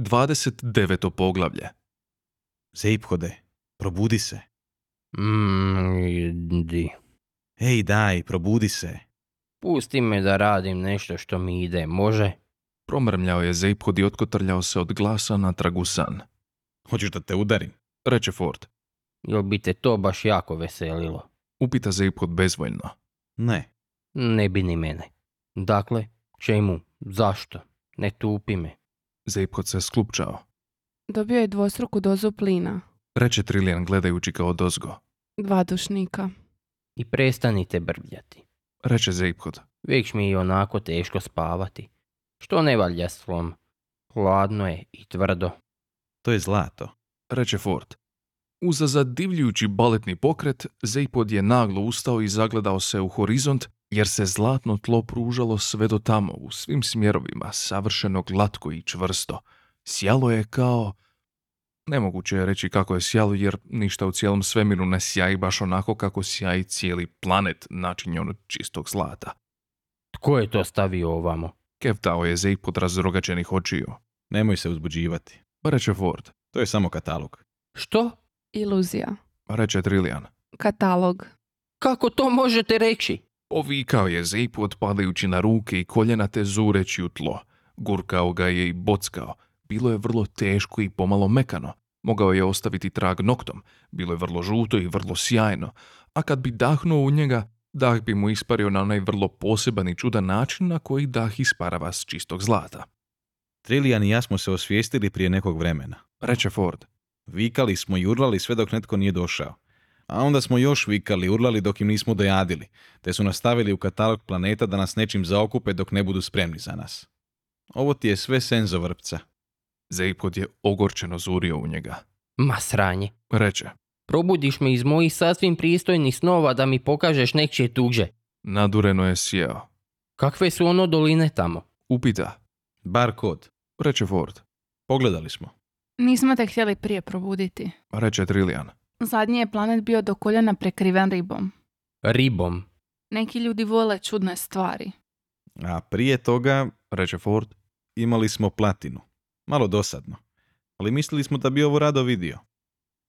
29. poglavlje. Zeiphode, probudi se. Mm, di. Ej, daj, probudi se. Pusti me da radim nešto što mi ide, može? Promrmljao je Zeiphod i otkotrljao se od glasa natrag u san. Hoćeš da te udarim? Reče Ford. Jel bi te to baš jako veselilo? Upita Zeiphod bezvoljno. Ne. Ne bi ni mene. Dakle, čemu? Zašto? Ne tupi me. Zeiphod se sklupčao. Dobio je dvostruku dozu plina, Reče Trilijan gledajući kao dozgo. dva dušnika. I prestanite brbljati. Reče Zeiphod. Već mi je onako teško spavati. Što ne valja slom? Hladno je i tvrdo. To je zlato. Reče Ford. Uza zadivljujući baletni pokret, Zeiphod je naglo ustao i zagledao se u horizont, jer se zlatno tlo pružalo sve do tamo, u svim smjerovima, savršeno glatko i čvrsto. Sjalo je kao... Nemoguće je reći kako je sjalo, jer ništa u cijelom svemiru ne sjaji baš onako kako sjaji cijeli planet načinjen od čistog zlata. Tko je to stavio ovamo? Kevtao je Zeiphod razrogačenih očiju. Nemoj se uzbuđivati. Reče Ford. To je samo katalog. Što? Iluzija. Reče Trilijan. Katalog. Kako to možete reći? Ovikao je Zeipu odpadajući na ruke i koljena te zureći u tlo. Gurkao ga je i bockao. Bilo je vrlo teško i pomalo mekano. Mogao je ostaviti trag noktom. Bilo je vrlo žuto i vrlo sjajno. A kad bi dahnuo u njega, dah bi mu ispario na onaj vrlo poseban i čudan način na koji dah isparava s čistog zlata. Trilijan i ja smo se osvijestili prije nekog vremena. Reče Ford. Vikali smo i urlali sve dok netko nije došao. A onda smo još vikali i urlali dok im nismo dojadili, te su nastavili u katalog planeta da nas nečim zaokupe dok ne budu spremni za nas. Ovo ti je sve senzo vrpca. Zeipod je ogorčeno zurio u njega. Ma sranje. Reče. Probudiš me iz mojih sasvim pristojnih snova da mi pokažeš nečije tuđe. Nadureno je sjeo. Kakve su ono doline tamo? Upita. Bar kod. Reče Ford. Pogledali smo. Nismo te htjeli prije probuditi. Reče Trilijan. Zadnji je planet bio do koljena prekriven ribom. Ribom. Neki ljudi vole čudne stvari. A prije toga Reče Ford. imali smo platinu. Malo dosadno. Ali mislili smo da bi ovo rado vidio.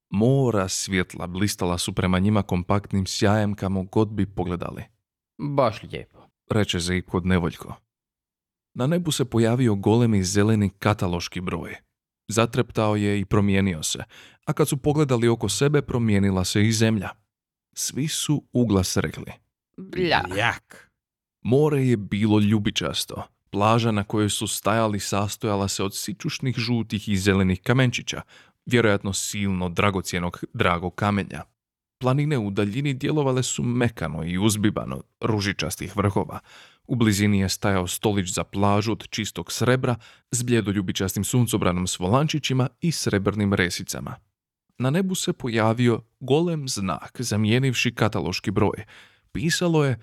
Mora svjetla blistala su prema njima kompaktnim sjajem kamo god bi pogledali, Baš lijepo. reče Zeiphod nevoljko. Na nebu se pojavio golemi zeleni kataloški broj. Zatreptao je i promijenio se, a kad su pogledali oko sebe promijenila se i zemlja. Svi su uglas rekli. Blja. Jak. More je bilo ljubičasto. Plaža na kojoj su stajali sastojala se od sičušnih žutih i zelenih kamenčića, vjerojatno silno dragocjenog drago kamenja. Planine u daljini djelovale su mekano i uzbibano, ružičastih vrhova. U blizini je stajao stolić za plažu od čistog srebra s bljedoljubičastim suncobranom s volančićima i srebrnim resicama. Na nebu se pojavio golem znak zamijenivši kataloški broj. Pisalo je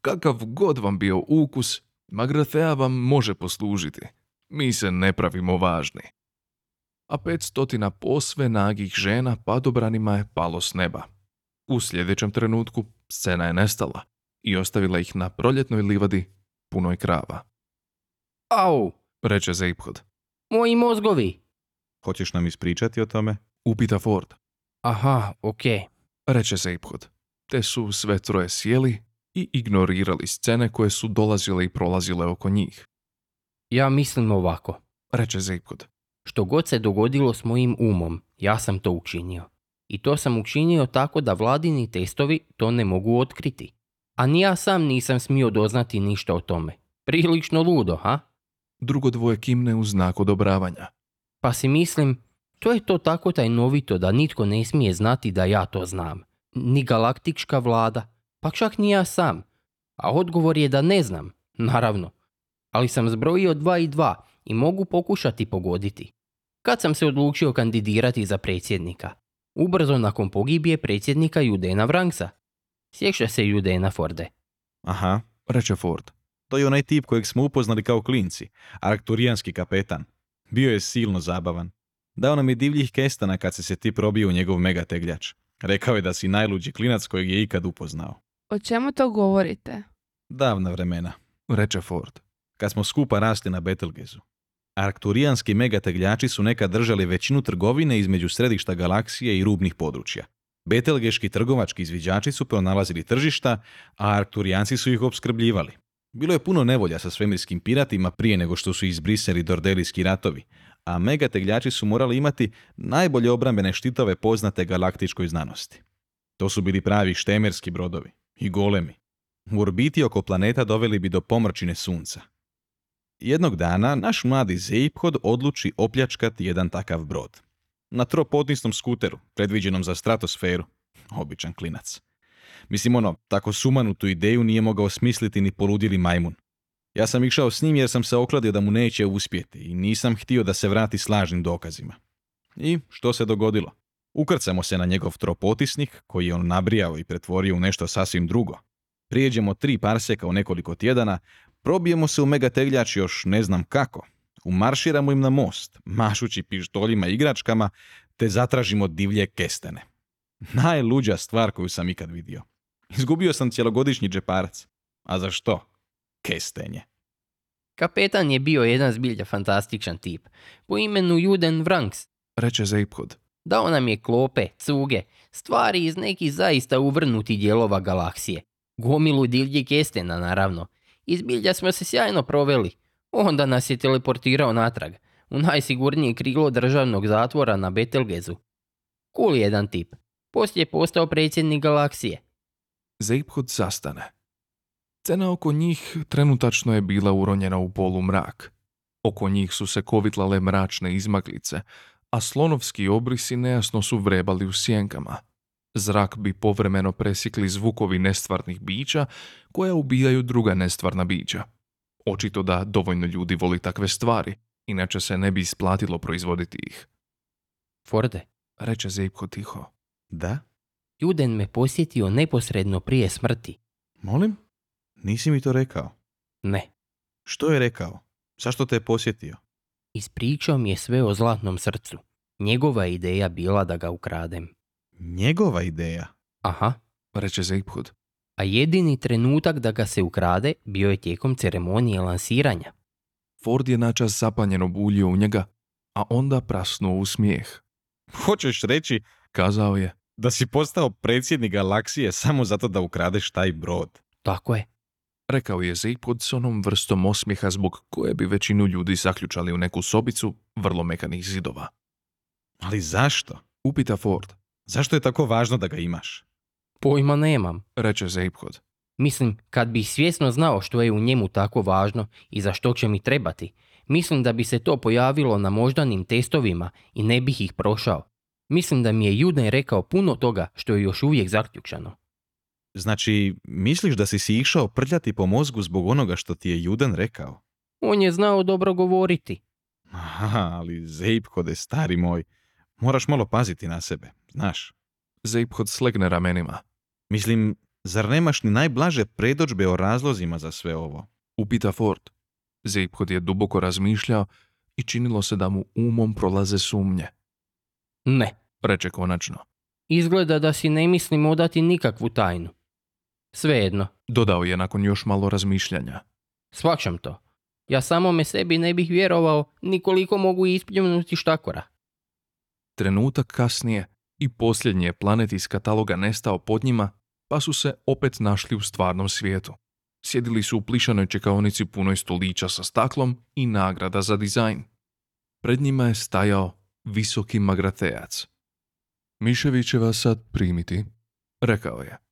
Kakav god vam bio ukus, Magratea vam može poslužiti. Mi se ne pravimo važni. A petstotina posve nagih žena padobranima je palo s neba. U sljedećem trenutku scena je nestala i ostavila ih na proljetnoj livadi punoj krava, Au, reče Zeiphod. moji mozgovi. Hoćeš nam ispričati o tome? Upita Ford, Aha, okej. reče Zeiphod. Te su sve troje sjeli i ignorirali scene koje su dolazile i prolazile oko njih, Ja mislim ovako. reče Zeiphod. Što god se dogodilo s mojim umom, ja sam to učinio. I to sam učinio tako da vladini testovi to ne mogu otkriti. A ni ja sam nisam smio doznati ništa o tome. Prilično ludo, ha? Drugo dvoje kimne u znak odobravanja. Pa si mislim, to je to tako tajnovito da nitko ne smije znati da ja to znam. Ni galaktička vlada, pa čak ni ja sam. A odgovor je da ne znam, naravno. Ali sam zbrojio dva i dva i mogu pokušati pogoditi. Kad sam se odlučio kandidirati za predsjednika? Ubrzo nakon pogibije predsjednika Judena Vranksa. Sjeća se Judena Forde. Aha, reče Ford. To je onaj tip kojeg smo upoznali kao klinci, arakturijanski kapetan. Bio je silno zabavan. Dao nam je divljih kestana kad se se ti probio u njegov megategljač. Rekao je da si najluđi klinac kojeg je ikad upoznao. O čemu to govorite? Davna vremena, Reče Ford. kad smo skupa rasli na Betelgezu. Arkturijanski megategljači su nekad držali većinu trgovine između središta galaksije i rubnih područja. Betelgeški trgovački izviđači su pronalazili tržišta, a Arkturijanci su ih opskrbljivali. Bilo je puno nevolja sa svemirskim piratima prije nego što su izbrisali dordelijski ratovi, a megategljači su morali imati najbolje obrambene štitove poznate galaktičkoj znanosti. To su bili pravi štemerski brodovi i golemi. U orbiti oko planeta doveli bi do pomrčine sunca. Jednog dana naš mladi Zeiphod odluči opljačkati jedan takav brod. Na tropotisnom skuteru, predviđenom za stratosferu. Običan klinac. Mislim ono, tako sumanutu ideju nije mogao smisliti ni poludili majmun. Ja sam išao s njim jer sam se okladio da mu neće uspjeti i nisam htio da se vrati s lažnim dokazima. I što se dogodilo? Ukrcamo se na njegov tropotisnik koji je on nabrijao i pretvorio u nešto sasvim drugo. Prijeđemo tri parseka u nekoliko tjedana, probijemo se u megategljač još ne znam kako. Umarširamo im na most, mašući pištoljima i igračkama, te zatražimo divlje kestene. Najluđa stvar koju sam ikad vidio. Izgubio sam cjelogodišnji džeparac. A za što? Kestenje. Kapetan je bio jedan zbilja fantastičan tip, po imenu Juden Vranks. reče Zeiphod. Dao nam je klope, cuge, stvari iz nekih zaista uvrnuti dijelova galaksije. Gomilu divljih kestena, naravno. Izbilja smo se sjajno proveli. Onda nas je teleportirao natrag, u najsigurnije krilo državnog zatvora na Betelgezu. Cool jedan tip. Poslije je postao predsjednik galaksije. Zeiphod zastane. Cena oko njih trenutačno je bila uronjena u polu mrak. Oko njih su se kovitlale mračne izmaglice, a slonovski obrisi nejasno su vrebali u sjenkama. Zrak bi povremeno presikli zvukovi nestvarnih bića koja ubijaju druga nestvarna bića. Očito da dovoljno ljudi voli takve stvari, inače se ne bi isplatilo proizvoditi ih, Forde, reče Zeiphod tiho. Da? Juden me posjetio neposredno prije smrti. Molim? Nisi mi to rekao. Ne, Što je rekao? Zašto te je posjetio? ispričao mi je sve o zlatnom srcu. Njegova je ideja bila da ga ukradem. Njegova ideja. Aha, Reče Zeiphod. a jedini trenutak da ga se ukrade bio je tijekom ceremonije lansiranja. Ford je načas zapanjeno buljio u njega, a onda prasnuo u smijeh. Hoćeš reći Kazao je, da si postao predsjednik galaksije samo zato da ukradeš taj brod. Tako je. rekao je Zeiphod s onom vrstom osmijeha zbog koje bi većinu ljudi zaključali u neku sobicu vrlo mekanih zidova. Ali zašto? Upita Ford, Zašto je tako važno da ga imaš? Pojma nemam. reče Zeiphod. Mislim, kad bih svjesno znao što je u njemu tako važno i za što će mi trebati, mislim da bi se to pojavilo na moždanim testovima i ne bih ih prošao. Mislim da mi je Juden rekao puno toga što je još uvijek zaključano. Znači, misliš da si si išao prljati po mozgu zbog onoga što ti je Juden rekao? On je znao dobro govoriti. Aha, ali Zeipkode, stari moj, moraš malo paziti na sebe, znaš. Zeiphod slegne ramenima, Mislim, zar nemaš ni najblaže predođbe o razlozima za sve ovo? upita Ford. Zeiphod je duboko razmišljao i činilo se da mu umom prolaze sumnje, Ne, reče konačno. izgleda da si ne mislim odati nikakvu tajnu. Svejedno, Dodao je nakon još malo razmišljanja. Svačam to. Ja samome sebi ne bih vjerovao nikoliko mogu ispljunuti štakora. Trenutak kasnije i posljednji je planet iz kataloga nestao pod njima, pa su se opet našli u stvarnom svijetu. Sjedili su u plišanoj čekaonici punoj stolića sa staklom i nagrada za dizajn. Pred njima je stajao visoki magratejac. Miševi će vas sad primiti, rekao je.